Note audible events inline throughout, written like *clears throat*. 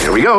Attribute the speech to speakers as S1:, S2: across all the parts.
S1: Here we go.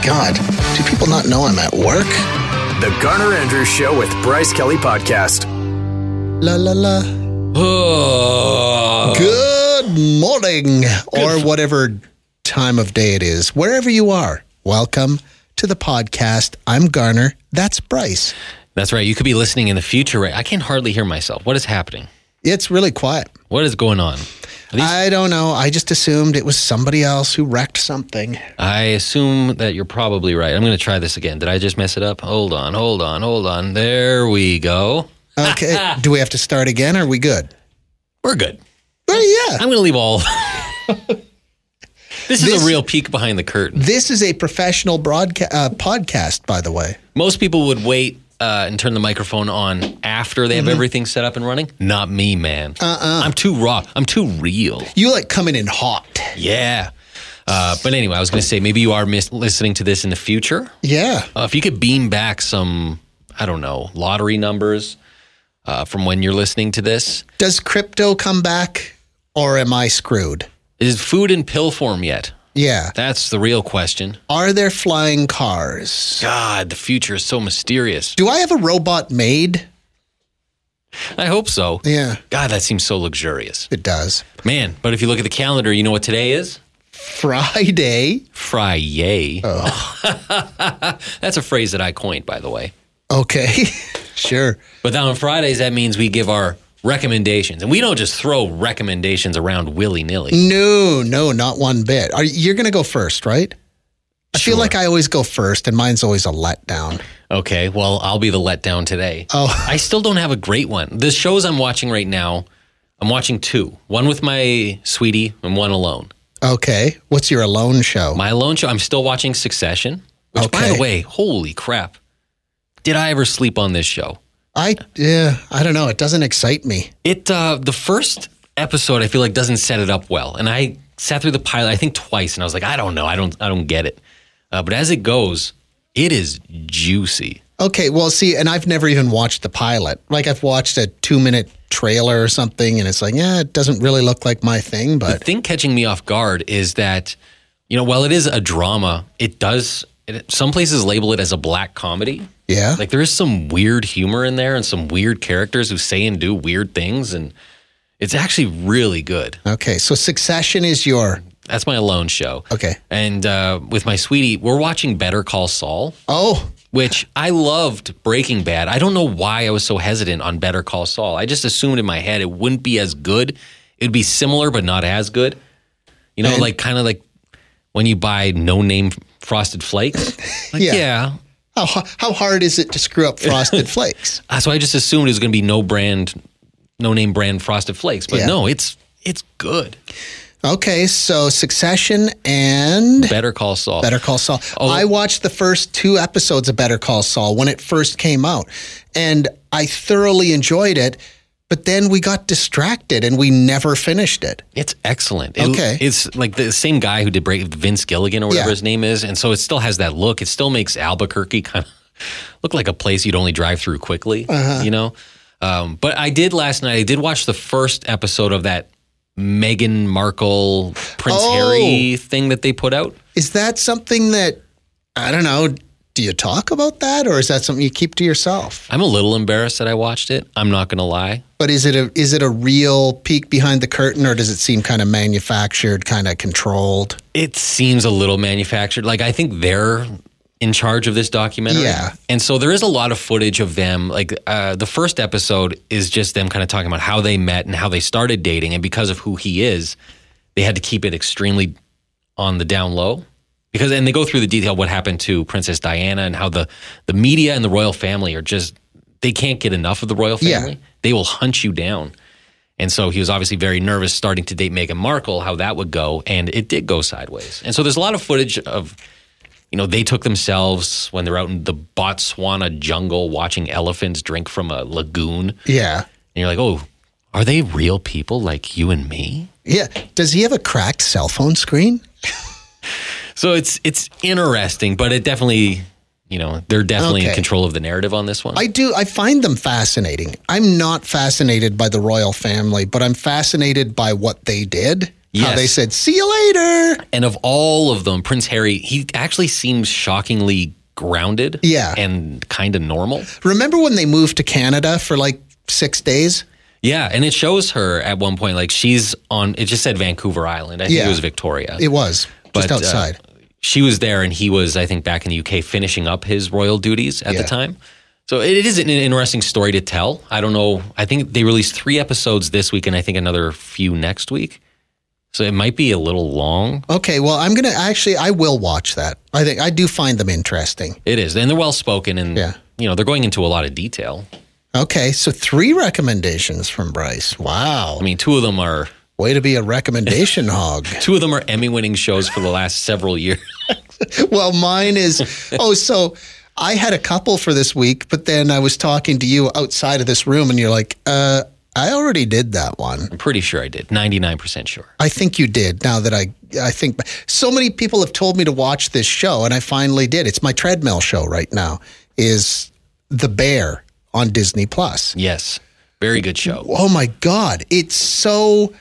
S2: God, do people not know I'm at work?
S3: The Garner Andrews Show with Bryce Kelly Podcast.
S2: La la la.
S4: Oh.
S2: Good morning, or whatever time of day it is, wherever you are. Welcome to the podcast. I'm Garner. That's Bryce.
S4: *sighs* That's right. You could be listening in the future, right? I can hardly hear myself. What is happening?
S2: It's really quiet.
S4: What is going on? Are these-
S2: I don't know. I just assumed it was somebody else who wrecked *laughs* something.
S4: I assume that you're probably right. I'm going to try this again. Did I just mess it up? Hold on, hold on, hold on. There we go.
S2: Okay. do we have to start again? Are we good?
S4: We're good.
S2: Well, yeah.
S4: I'm going to leave all. *laughs* this is
S2: This-
S4: a real peek behind the curtain.
S2: This is a professional broadcast uh, podcast, by the way.
S4: Most people would wait uh, and turn the microphone on after they have everything set up and running. Not me, man. Uh-uh. I'm too raw. I'm too real.
S2: You like coming in hot.
S4: Yeah. Uh, but anyway, I was going to say maybe you are mis- listening to this in the future.
S2: Yeah.
S4: Uh, if you could beam back some, I don't know, lottery numbers uh, from when you're listening to this.
S2: Does crypto come back, or am I screwed?
S4: Is food in pill form yet?
S2: Yeah.
S4: That's the real question.
S2: Are there flying cars?
S4: God, the future is so mysterious.
S2: Do I have a robot made?
S4: I hope so.
S2: Yeah,
S4: God, that seems so luxurious.
S2: it does.
S4: Man, but if you look at the calendar, you know what today is?
S2: Friday.
S4: Friday. *laughs* That's a phrase that I coined, by the way.
S2: Okay. *laughs* sure.
S4: But then on Fridays, that means we give our recommendations. And we don't just throw recommendations around willy nilly.
S2: No, no, not one bit. Are you're going to go first, right? I feel like I always go first and mine's always a letdown.
S4: Okay, well, I'll be the letdown today.
S2: Oh.
S4: I still don't have a great one. The shows I'm watching right now, I'm watching two one with my sweetie and one alone.
S2: *laughs* Okay. What's your alone show?
S4: My alone show, I'm still watching Succession, which, by
S2: Okay.
S4: the way, holy crap. Did I ever sleep on this show?
S2: I yeah, I don't know. It doesn't excite me.
S4: It uh, the first episode I feel like doesn't set it up well, and I sat through the pilot I think twice, and I was like, I don't know, I don't, I don't get it. Uh, but as it goes, it is juicy.
S2: Okay, well, see, and I've never even watched the pilot. Like I've watched a 2-minute trailer or something and it's like, yeah, it doesn't really look like my thing,
S4: The *laughs*
S2: but
S4: thing catching me off guard is that you know while it is a drama, it does it, some places label it as a black comedy.
S2: yeah.
S4: Like there is some weird humor in there and some weird characters who say and do weird things, and it's actually really good.
S2: Okay, so Succession is your
S4: That's my alone show.
S2: Okay.
S4: And uh, with my sweetie, we're watching Better Call Saul.
S2: Oh,
S4: which I loved Breaking Bad. I don't know why I was so hesitant on Better Call Saul. I just assumed in my head it wouldn't be as good. It'd be similar, but not as good. You know,
S2: And-
S4: like kind of like when you buy no name frosted
S2: *laughs*
S4: flakes. Like,
S2: Yeah.
S4: yeah.
S2: how, how hard is it to screw
S4: *laughs*
S2: up Frosted Flakes?
S4: Uh, So I just assumed it was going to be no brand, no name brand frosted flakes. But
S2: Yeah.
S4: no, it's it's good.
S2: Okay, so Succession and
S4: Better Call Saul.
S2: Better Call Saul. I watched the first two episodes of Better Call Saul when it first came out, and I thoroughly enjoyed it. But then we got distracted and we never finished it.
S4: It's excellent. It-
S2: Okay.
S4: It's like the same guy who did break Vince Gilligan or whatever
S2: Yeah.
S4: his name is. And so it still has that look. It still makes Albuquerque kind of *laughs* look like a place you'd only drive through quickly,
S2: Uh-huh.
S4: you know? Um, but I did last night, I did watch the first episode of that Meghan Markle, Prince
S2: Oh.
S4: Harry thing that they put out.
S2: Is that something that I don't know? Do you talk about that, or is that something you keep to yourself?
S4: I'm a little embarrassed that I watched it. I'm not going to lie.
S2: But is it a is it a real peek behind the curtain, or does it seem kind of manufactured, kind of controlled?
S4: It seems a little manufactured. Like I think they're in charge of this documentary.
S2: Yeah.
S4: And so there is a lot of footage of them. Like uh, the first episode is just them kind of talking about how they met and how they started dating, and because of who he is, they had to keep it extremely on the down low. Because and they go through the detail of what happened to Princess Diana and how the the media and the royal family are just they can't get enough of the royal
S2: Yeah.
S4: family. They will hunt you down. And so he was obviously very nervous starting to date Meghan Markle, how that would go. And it did go sideways. And so there's a lot of footage of you know, they took themselves when they're out in the Botswana jungle watching elephants drink from a lagoon. And
S2: Yeah.
S4: you're like, oh, are they real people like you and me?
S2: Yeah. Does he have a cracked cell phone screen?
S4: So it's it's interesting, but it definitely, you know, they're definitely in
S2: Okay.
S4: control of the narrative on this one.
S2: I do. I find them fascinating. I'm not fascinated by the royal family, but I'm fascinated by what they did. How
S4: Yes.
S2: they said, see you later.
S4: and of all of them, Prince Harry, he actually seems shockingly grounded
S2: Yeah.
S4: and kind of normal.
S2: Remember when they moved to Canada for like six days?
S4: Yeah, and it shows her at one point like she's on it just said Vancouver Island. I think
S2: Yeah.
S4: it was Victoria.
S2: It was just
S4: But, uh,
S2: outside.
S4: she was there and he was I think back in the UK finishing up his royal duties at
S2: Yeah.
S4: the time. So it is an interesting story to tell. I don't know. I think they released 3 episodes this week and I think another few next week. So it might be a little long.
S2: okay. Well, I'm going to actually, I will watch that. I think I do find them interesting.
S4: It is. And they're well spoken and
S2: Yeah.
S4: you know, they're going into a lot of detail.
S2: Okay. So three recommendations from Bryce. Wow.
S4: I mean, two of them are
S2: Way to be a recommendation *laughs* hog.
S4: two of them are Emmy winning shows for the last several years. *laughs*
S2: Well, mine is oh, so I had a couple for this week, but then I was talking to you outside of this room, and you're like, uh, I already did that one.
S4: I'm pretty sure I did. 99% sure.
S2: I think you did. Now that I, I think so many people have told me to watch this show, and I finally did. It's my treadmill show right now. Is the Bear on Disney Plus?
S4: Yes. Very good show.
S2: oh my god it's so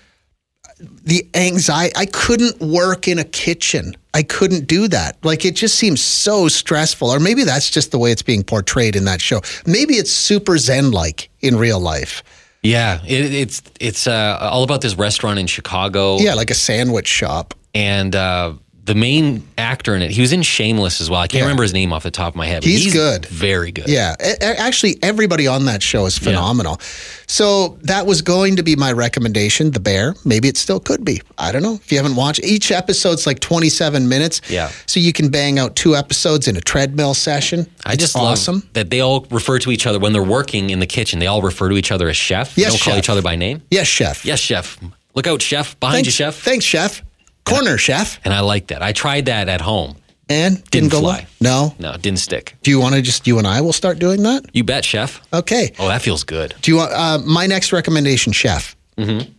S2: the anxiety i couldn't work in a kitchen i couldn't do that like it just seems so stressful or maybe that's just the way it's being portrayed in that show maybe it's super zen like in real life
S4: Yeah, it, it's it's uh, all about this restaurant in Chicago.
S2: yeah like a sandwich shop
S4: and uh, the main actor in it, he was in Shameless as well. I can't remember his name off the top of my head. but
S2: He's good.
S4: very good.
S2: yeah A- a- actually everybody on that show is phenomenal so that was going to be my recommendation the bear maybe it still could be i don't know if you haven't watched each episode's like 27 minutes
S4: Yeah.
S2: so you can bang out two episodes in a treadmill session
S4: I
S2: It's
S4: just
S2: awesome
S4: love that they all refer to each other when they're working in the kitchen. They all refer to each other as chef. they
S2: Yes,
S4: don't call
S2: chef.
S4: each other by name.
S2: Yes, chef.
S4: Yes, chef. Look out, chef. Behind
S2: thanks,
S4: you, chef.
S2: Thanks, chef. Corner chef.
S4: and I like that. I tried that at home.
S2: And didn't,
S4: Didn't
S2: go
S4: fly.
S2: well? No.
S4: No, it didn't stick.
S2: Do you want to just you and I will start doing that?
S4: You bet, chef.
S2: Okay.
S4: Oh, that feels good.
S2: Do you want uh, my next recommendation, chef?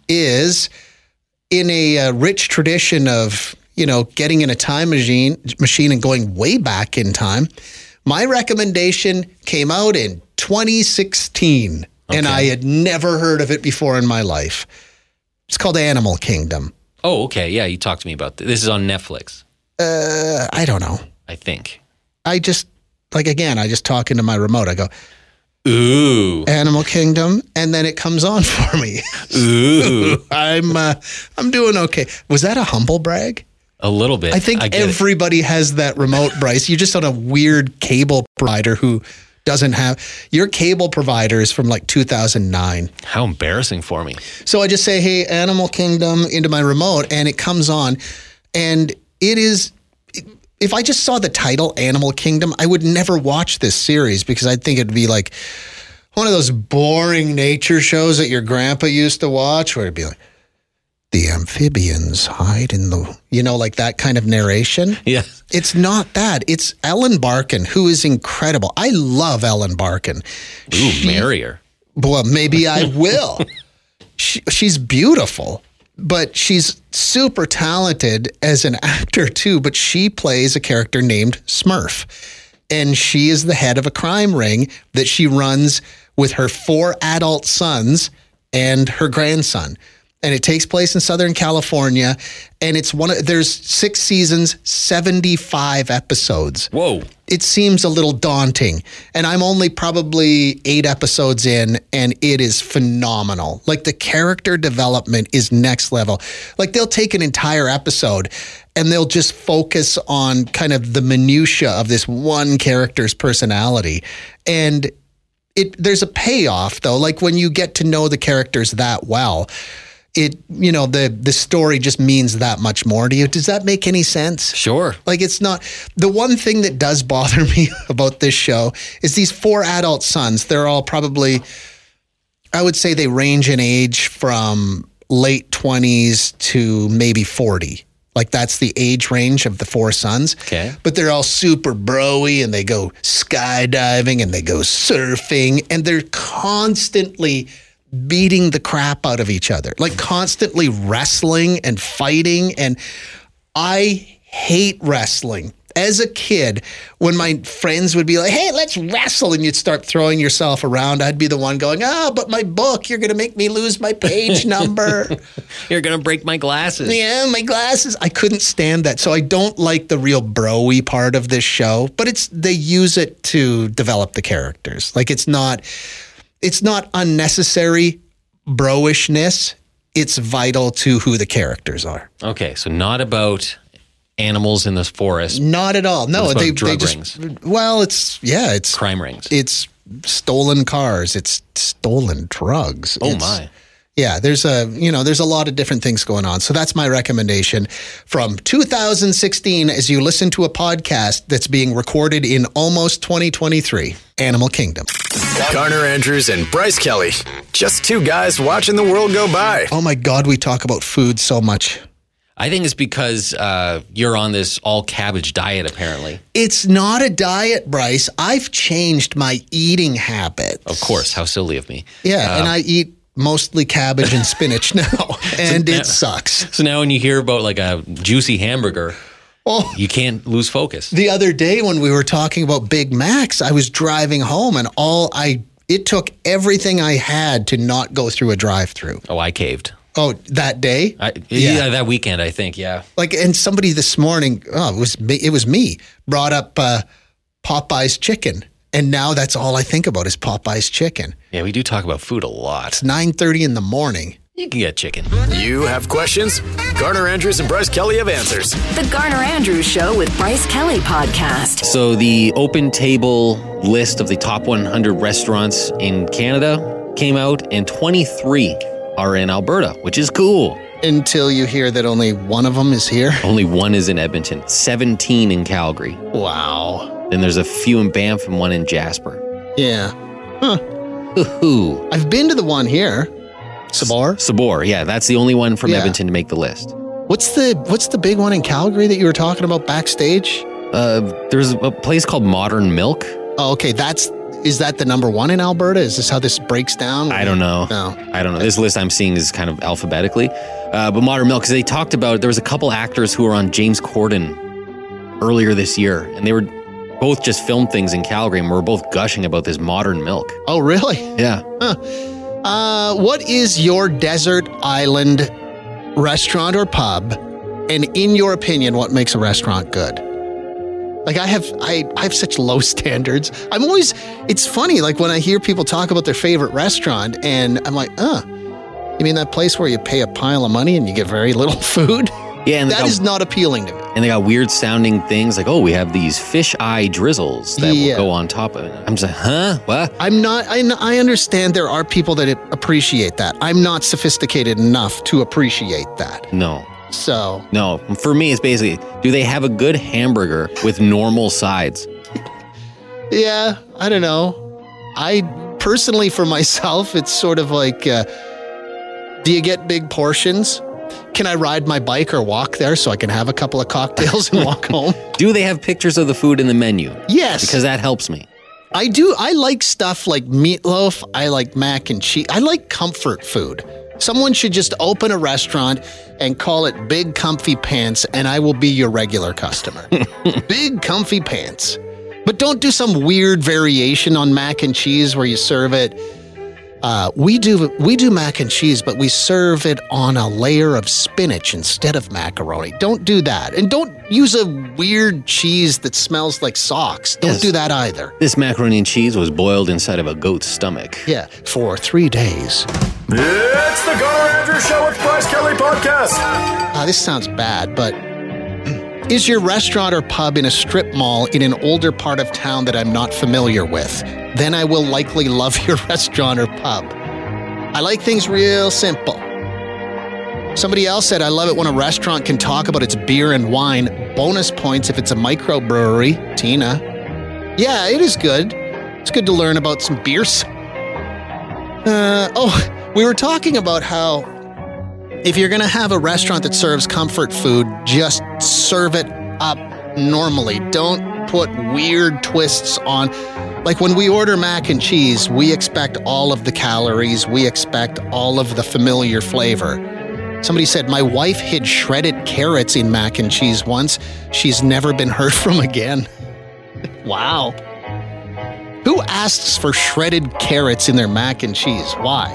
S2: Is in a uh, rich tradition of you know getting in a time machine machine and going way back in time. My recommendation came out in 2016, and I had never heard of it before in my life. It's called Animal Kingdom.
S4: Oh, okay. Yeah, you talked to me about this. This is on Netflix,
S2: Uh, I don't know.
S4: I think.
S2: I just like again, I just talk into my remote. I go
S4: Ooh.
S2: Animal Kingdom, and then it comes on *laughs* for me. *laughs*
S4: Ooh.
S2: I'm uh, I'm doing okay. Was that a humble brag?
S4: A little bit.
S2: I think
S4: get it.
S2: everybody has that remote, Bryce. You're just on a weird cable provider who doesn't have your cable provider is from like 2009.
S4: How embarrassing for me.
S2: So I just say, "Hey, Animal Kingdom" into my remote, and it comes on, and it is. If I just saw the title Animal Kingdom, I would never watch this series because I'd think it'd be like one of those boring nature shows that your grandpa used to watch, where it'd be like, "The amphibians hide in the," you know, like that kind of narration.
S4: Yeah.
S2: It's not that. It's Ellen Barkin, who is incredible. I love Ellen Barkin.
S4: Ooh, merrier.
S2: Well, maybe I will. she, she's beautiful, but she's super talented as an actor too. But she plays a character named Smurf, and she is the head of a crime ring that she runs with her four adult sons and her grandson. And it takes place in Southern California, and it's one of there's six seasons, seventy five episodes
S4: Whoa.
S2: it seems a little daunting. And I'm only probably eight episodes in, and it is phenomenal. Like the character development is next level. Like they'll take an entire episode and they'll just focus on kind of the minutia of this one character's personality. And it there's a payoff though. Like when you get to know the characters that well, it you know, the the story just means that much more to you. Does that make any sense?
S4: Sure.
S2: Like it's not the one thing that does bother *laughs* me about this show is these four adult sons. They're all probably I would say they range in age from late 20s to maybe 40. Like that's the age range of the four sons.
S4: Okay.
S2: But they're all super broy and they go skydiving and they go surfing and they're constantly beating the crap out of each other. Like constantly wrestling and fighting and I hate wrestling. As a kid, when my friends would be like, hey, let's wrestle, and you'd start throwing yourself around, I'd be the one going, oh, but my book, you're going to make me lose my page number.
S4: You're gonna break my glasses.
S2: yeah, my glasses. I couldn't stand that. So I don't like the real broy part of this show, but it's they use it to develop the characters. Like it's not it's not unnecessary broishness. It's vital to who the characters are.
S4: Okay, so not about animals in this forest,
S2: Not at all. No,
S4: What about
S2: they,
S4: drug
S2: they just well, it's yeah, it's
S4: crime rings.
S2: it's stolen cars, it's stolen drugs.
S4: oh
S2: it's-
S4: my.
S2: Yeah, there's a you know there's a lot of different things going on. So that's my recommendation from 2016 as you listen to a podcast that's being recorded in almost 2023. Animal Kingdom.
S3: Connor Andrews and Bryce Kelly. Just two guys watching the world go by.
S2: Oh my God, we talk about food so much.
S4: I think it's because uh, you're on this all cabbage diet, apparently.
S2: It's not a diet, Bryce. I've changed my eating habits.
S4: Of course, how silly of me.
S2: Yeah, and I eat mostly cabbage and spinach *laughs* now, and
S4: now-
S2: it sucks.
S4: So now when you hear about like a juicy hamburger,
S2: Oh.
S4: you can't lose focus.
S2: The other day when we were talking about Big Macs, I was driving home, and all I it took everything I had to not go through a drive-through.
S4: Oh, I caved.
S2: Oh, that day,
S4: I, yeah.
S2: Yeah.
S4: that weekend, I think. Yeah.
S2: like, and somebody this morning, oh, it was me, it was me, brought up uh, Popeye's chicken, and now that's all I think about is Popeye's chicken.
S4: Yeah, we do talk about food a lot.
S2: It's nine thirty in the morning.
S4: You can get chicken.
S3: You have questions? Garner Andrews and Bryce Kelly have answers.
S5: The Garner Andrews Show with Bryce Kelly Podcast.
S4: So the open table list of the top 100 restaurants in Canada came out, and 23 are in Alberta, which is cool.
S2: Until you hear that only one of them is here.
S4: Only one is in Edmonton, 17 in Calgary.
S2: Wow.
S4: Then there's a few in Banff and one in Jasper.
S2: Yeah,
S4: Hoo-hoo.
S2: I've been to the one here. Sabar.
S4: Sabor, yeah, that's the only one from
S2: Yeah.
S4: Edmonton to make the list.
S2: What's the what's the big one in Calgary that you were talking about backstage?
S4: Uh, there's a place called Modern Milk.
S2: Oh, okay, that's is that the number one in Alberta? Is this how this breaks down?
S4: I don't know.
S2: No.
S4: I don't know. This list I'm seeing is kind of alphabetically. Uh, but Modern Milk, because they talked about, there was a couple actors who were on James Corden earlier this year, and they were both just filmed things in Calgary, and we were both gushing about this Modern Milk.
S2: Oh, really?
S4: Yeah.
S2: Uh, what is your desert island restaurant or pub? And in your opinion, what makes a restaurant good? Like I have, I, I have such low *laughs* standards. I'm always. It's funny, like when I hear people talk about their favorite restaurant, and I'm like, uh, you mean that place where you pay a pile of money and you get very *laughs* little food?
S4: Yeah, and they,
S2: That
S4: got,
S2: is not appealing to me.
S4: and they got weird sounding things like, oh, we have these fish eye drizzles that
S2: Yeah.
S4: will go on top of it. I'm just like, huh? What?
S2: I'm not. I, I understand there are people that appreciate that. I'm not sophisticated enough to appreciate that.
S4: No.
S2: So
S4: No, for me, it's basically do they have a good hamburger with normal sides?
S2: yeah, I don't know. I personally, for myself, it's sort of like, uh, do you get big portions? Can I ride my bike or walk there so I can have a couple of cocktails and walk home?
S4: Do they have pictures of the food in the menu?
S2: Yes,
S4: Because that helps me.
S2: I do. I like stuff like meatloaf. I like mac and cheese. I like comfort food. Someone should just open a restaurant and call it Big Comfy Pants, and I will be your regular customer. Big Comfy Pants. But don't do some weird variation on mac and cheese where you serve it. Uh, we do we do mac and cheese, but we serve it on a layer of spinach instead of macaroni. Don't do that, and don't use a weird cheese that smells like socks. Don't
S4: Yes.
S2: do that either.
S4: This macaroni and cheese was boiled inside of a goat's stomach.
S2: Yeah, for three days.
S3: It's the Garner Andrews Show with Bryce Kelly podcast.
S2: Uh, this sounds bad, but *clears throat* is your restaurant or pub in a strip mall in an older part of town that I'm not familiar with? Then I will likely love your *laughs* restaurant or pub. I like things real simple. Somebody else said, I love it when a restaurant can talk about its beer and wine. Bonus points if it's a microbrewery. Tina. Yeah, it is good. It's good to learn about some beers. Uh, oh, we were talking about how If you're going to have a restaurant that serves comfort food, just serve it up normally. Don't put weird twists on. Like when we order mac and cheese, we expect all of the calories, we expect all of the familiar flavor. Somebody said, My wife hid shredded carrots in mac and cheese once. She's never been heard from again. *laughs* wow. Who asks for shredded carrots in their mac and cheese? Why?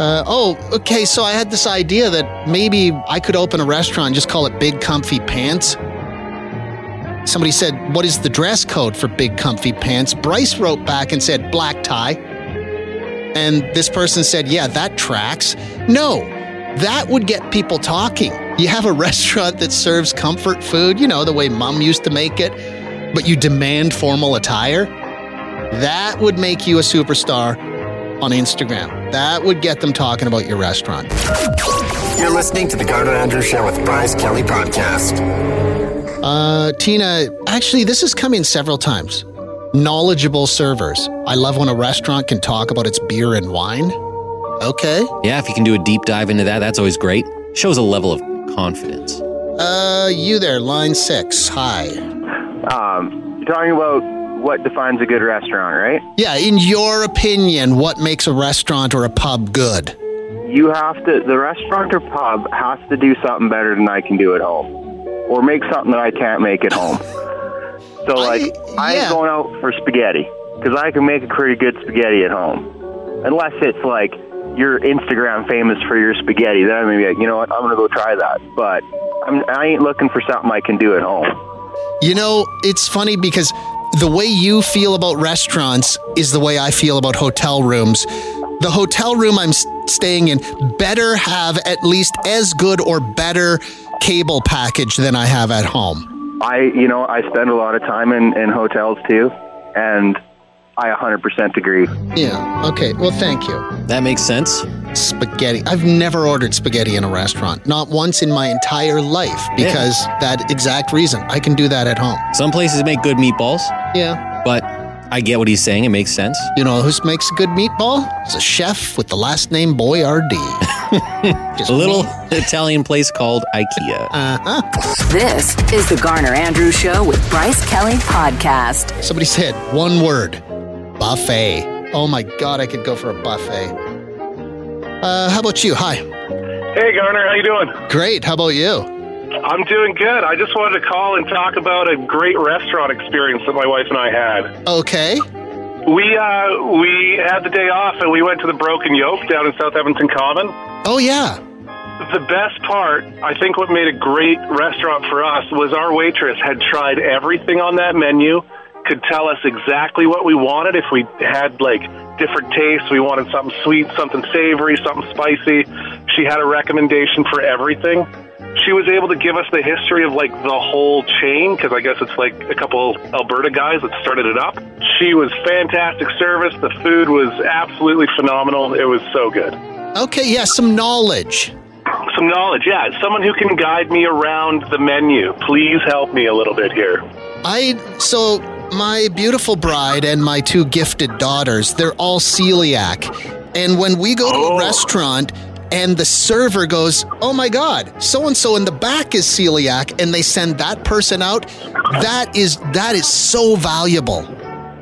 S2: Uh, oh, okay. So I had this idea that maybe I could open a restaurant and just call it Big Comfy Pants. Somebody said, What is the dress code for Big Comfy Pants? Bryce wrote back and said, Black tie. And this person said, Yeah, that tracks. No, that would get people talking. You have a *laughs* restaurant that serves comfort food, you know, the way mom used to make it, but you demand formal attire. That would make you a superstar on Instagram. That would get them talking about your restaurant.
S6: You're listening to the Garner Andrews Show with Bryce Kelly Podcast.
S2: Uh, Tina, actually, this has come in several times. Knowledgeable servers. I love when a restaurant can talk about its beer and wine. Okay.
S4: Yeah, if you can do a deep dive into that, that's always great. Shows a level of confidence.
S2: Uh, you there, line six. Hi.
S7: Um, you're talking about what defines a good restaurant, right?
S2: Yeah, in your opinion, what makes a restaurant or a pub good?
S7: You have to, the restaurant or pub has to do something better than I can do at home, or make something that I can't make at home.
S2: I-
S7: So, like, I,
S2: yeah.
S7: ain't going out for spaghetti because I can make a pretty good spaghetti at home, unless it's like you're Instagram famous for your spaghetti. Then I'm gonna be like, you know what, I'm gonna go try that. But I'm, I ain't looking for something I can do at home.
S2: You know, it's funny because the way you feel about restaurants is the way I feel about hotel rooms. The hotel room I'm s- staying in better have at least as good or better cable package than I have at home.
S7: I, you know, I spend a lot of time in, in hotels too, and I 100% agree.
S2: Yeah. Okay. Well, thank you.
S4: That makes sense.
S2: spaghetti. I've never ordered spaghetti in a restaurant, not once in my entire life, because that exact reason. I can do that at home.
S4: Some places make good meatballs,
S2: Yeah.
S4: but I get what he's saying. It makes sense.
S2: You know who makes a good meatball? It's a chef with the last name Boyardee.
S4: *laughs*
S2: Just
S4: A little Italian place called IKEA.
S5: This is the Garner Andrews Show with Bryce Kelly Podcast.
S2: Somebody said one word buffet. Oh my God, I could go for a buffet. Uh, how about you? Hi.
S8: Hey Garner, how you doing?
S2: Great. How about you?
S8: I'm doing good. I just wanted to call and talk about a great restaurant experience that my wife and I had.
S2: Okay.
S8: We uh, we had the day off and we went to the Broken Yoke down in South Edmonton Common.
S2: Oh, yeah.
S8: The best part, I think, what made a great restaurant for us was our waitress had tried everything on that menu, could tell us exactly what we wanted if we had like different tastes. We wanted something sweet, something savory, something spicy. She had a recommendation for everything. She was able to give us the history of like the whole chain because I guess it's like a couple Alberta guys that started it up. She was fantastic service. The food was absolutely phenomenal. It was so good
S2: Okay. Yeah, some knowledge.
S8: some knowledge. Yeah, someone who can guide me around the menu. Please help me a little bit here.
S2: I so my beautiful bride and my two gifted daughters, they're all celiac. And when we go to a restaurant and the server goes, "Oh my god, so and so in the back is celiac," and they send that person out, that is that is so valuable.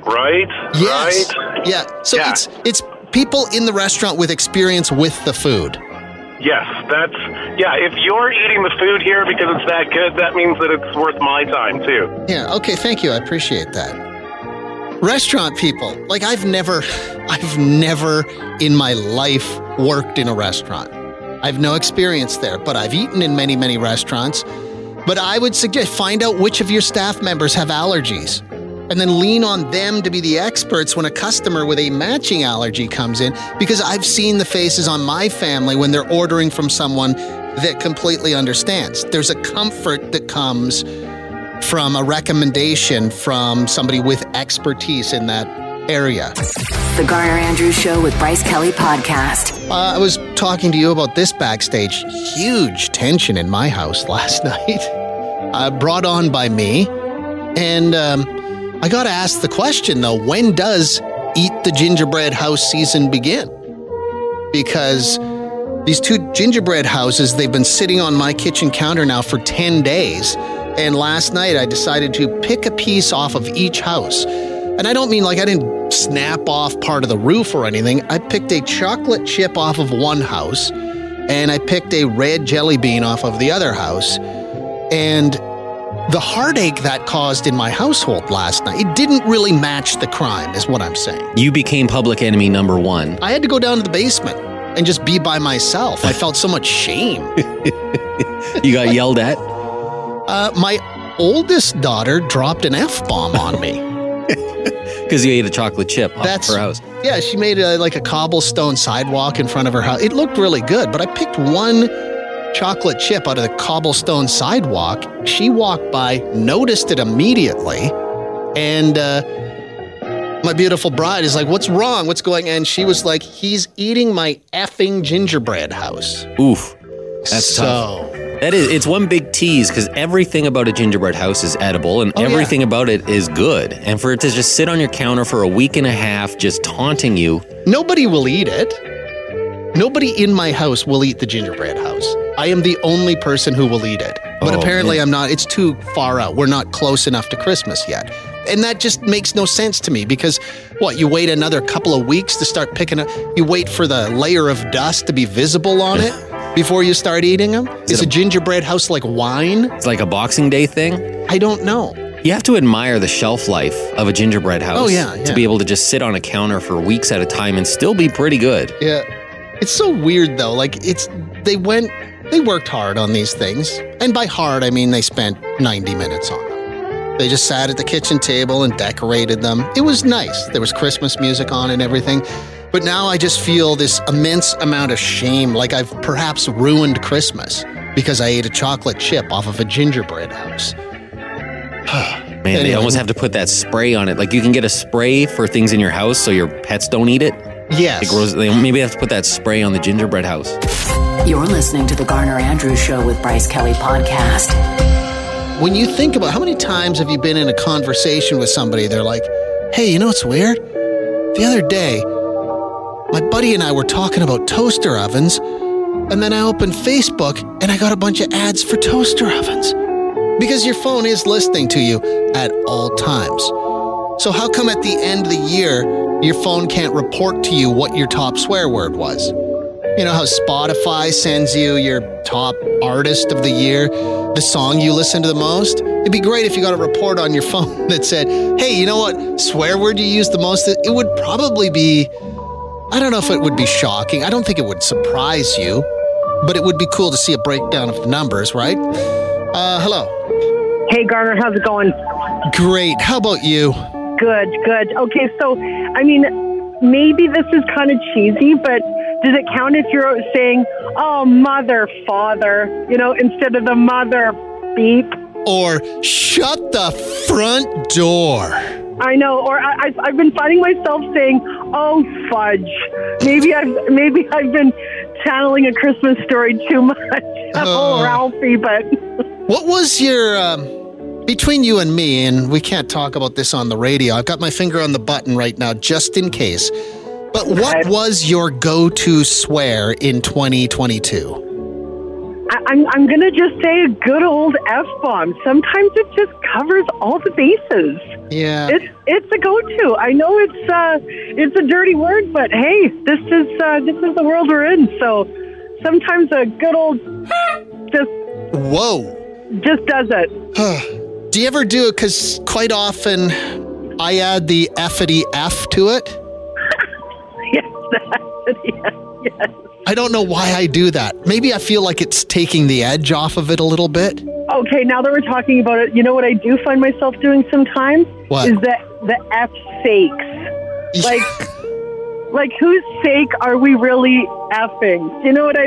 S8: Right?
S2: Yes.
S8: Right?
S2: Yeah. So
S8: Yeah.
S2: it's it's people in the restaurant with experience with the food.
S8: Yes, that's yeah, if you're eating the food here because it's that good, that means that it's worth my time too.
S2: Yeah, okay, thank you. I appreciate that. Restaurant people. Like I've never I've never in my life worked in a restaurant. I've no experience there, but I've eaten in many, many restaurants. But I would suggest find out which of your staff members have allergies and then lean on them to be the experts when a customer with a matching allergy comes in because I've seen the faces on my family when they're ordering from someone that completely understands. There's a comfort that comes from a recommendation from somebody with expertise in that area.
S5: The Garner Andrews Show with Bryce Kelly Podcast.
S2: Uh, I was talking to you about this backstage. Huge tension in my house *laughs* last night, uh, brought on by me. And um, I got to ask the question though when does Eat the Gingerbread House season begin? Because These two gingerbread houses, they've been sitting on my kitchen counter now for 10 days. And last night I decided to pick a piece off of each house. And I don't mean like I didn't snap off part of the roof or anything. I picked a chocolate chip off of one house and I picked a red jelly bean off of the other house. And the heartache that caused in my household last night, it didn't really match the crime, is what I'm saying.
S4: You became public enemy number one.
S2: I had to go down to the basement and just be by myself. I felt so much shame.
S4: You got yelled at.
S2: Uh, my oldest daughter dropped an F bomb
S4: *laughs*
S2: on
S4: Oh,
S2: me.
S4: Because you ate a chocolate chip off
S2: That's-
S4: her house.
S2: yeah, she made a, like a cobblestone sidewalk in front of her house. It looked really good, but I picked one chocolate chip out of the cobblestone sidewalk. She walked by, noticed it immediately, and uh, my beautiful bride is like, What's wrong? What's going And she was like, He's eating my effing gingerbread house.
S4: Oof. That's tough.
S2: so,
S4: That is, it's one big tease because everything about a gingerbread house is edible and
S2: Oh, yeah.
S4: everything about it is good. And for it to just sit on your counter for a week and a half, just taunting you,
S2: Nobody will eat it. Nobody in my house will eat the gingerbread house. I am the only person who will eat it. But
S4: Oh,
S2: apparently,
S4: man.
S2: I'm not. It's too far out. We're not close enough to Christmas yet. And that just makes no sense to me because what, you wait another couple of weeks to start picking up? You wait for the layer of dust to be visible on it before you start eating them? Is,
S4: it
S2: a
S4: a-
S2: gingerbread house like wine?
S4: it's like a Boxing Day thing.
S2: I don't know.
S4: You have to admire the shelf life of a gingerbread house
S2: Oh, yeah,
S4: to
S2: yeah.
S4: be able to just sit on a counter for weeks at a time and still be pretty good.
S2: Yeah. It's so weird though. Like it's they went they worked hard on these things. And by hard I mean they spent 90 minutes on them. They just sat at the kitchen table and decorated them. It was nice. There was Christmas music on and everything. But now I just feel this immense amount of shame like I've perhaps ruined Christmas because I ate a chocolate chip off of a gingerbread house.
S4: Man, they
S2: Anyway.
S4: almost have to put that spray on it. Like you can get a spray for things in your house so your pets don't eat it.
S2: Yes.
S4: It grows. They maybe have to put that spray on the gingerbread house.
S5: You're listening to The Garner Andrews Show with Bryce Kelly Podcast.
S2: when you think about how many times have you been in a conversation with somebody they're like hey you know what's weird the other day my buddy and i were talking about toaster ovens and then i opened facebook and i got a bunch of ads for toaster ovens because your phone is listening to you at all times so how come at the end of the year your phone can't report to you what your top swear word was you know how Spotify sends you your top artist of the year, the song you listen to the most? It'd be great if you got a report on your *laughs* phone that said, hey, you know what swear word you used the most? It would probably be, I don't know if it would be shocking. I don't think it would surprise you, but it would be cool to see a breakdown of the numbers, right? Uh, hello.
S9: Hey, Garner, how's it going?
S2: Great. How about you?
S9: Good, good. Okay, so, I mean, maybe this is kind of cheesy, but does it count if you're saying, oh, mother, father, you know, instead of the mother, beep?
S2: Or shut the front door.
S9: I know, or I, I've, I've been finding myself saying, oh, fudge. Maybe I've, maybe I've been channeling a Christmas story too much. *laughs* oh,
S2: Uh.
S9: Ralphie, but
S2: What was your um, between you and me? And we can't talk about this on the radio. I've got my finger on the button right now, just in case. But what was your go-to swear in 2022?
S9: I, I'm, I'm going to just say a good old F bomb. Sometimes it just covers all the bases.
S2: Yeah,
S9: It's it's a go-to. I know it's uh it's a dirty word, but hey, this is uh, this is the world we're in. So sometimes a good old *laughs* just
S2: whoa.
S9: just does it. *laughs*
S2: Do you ever do it? Because quite often, I add the effity f to it.
S9: Yes, *laughs* yes, yes.
S2: I don't know why I do that. Maybe I feel like it's taking the edge off of it a little bit.
S9: Okay, now that we're talking about it, you know what I do find myself doing sometimes
S2: What?
S9: is that the f sakes. Like like whose sake are we really effing? You know what I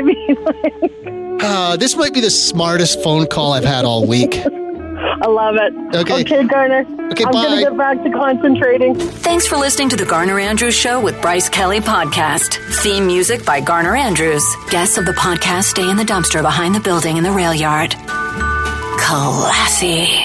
S2: *laughs*
S9: mean? *laughs*
S2: Uh, this might be the smartest phone call I've had all week.
S9: I love it.
S2: Okay.
S9: Okay, Garner.
S2: Okay,
S9: I'm
S2: bye.
S9: gonna get back to concentrating.
S5: Thanks for listening to The Garner Andrews Show with Bryce Kelly Podcast. Theme music by Garner Andrews. Guests of the podcast stay in the dumpster behind the building in the rail yard. Classy.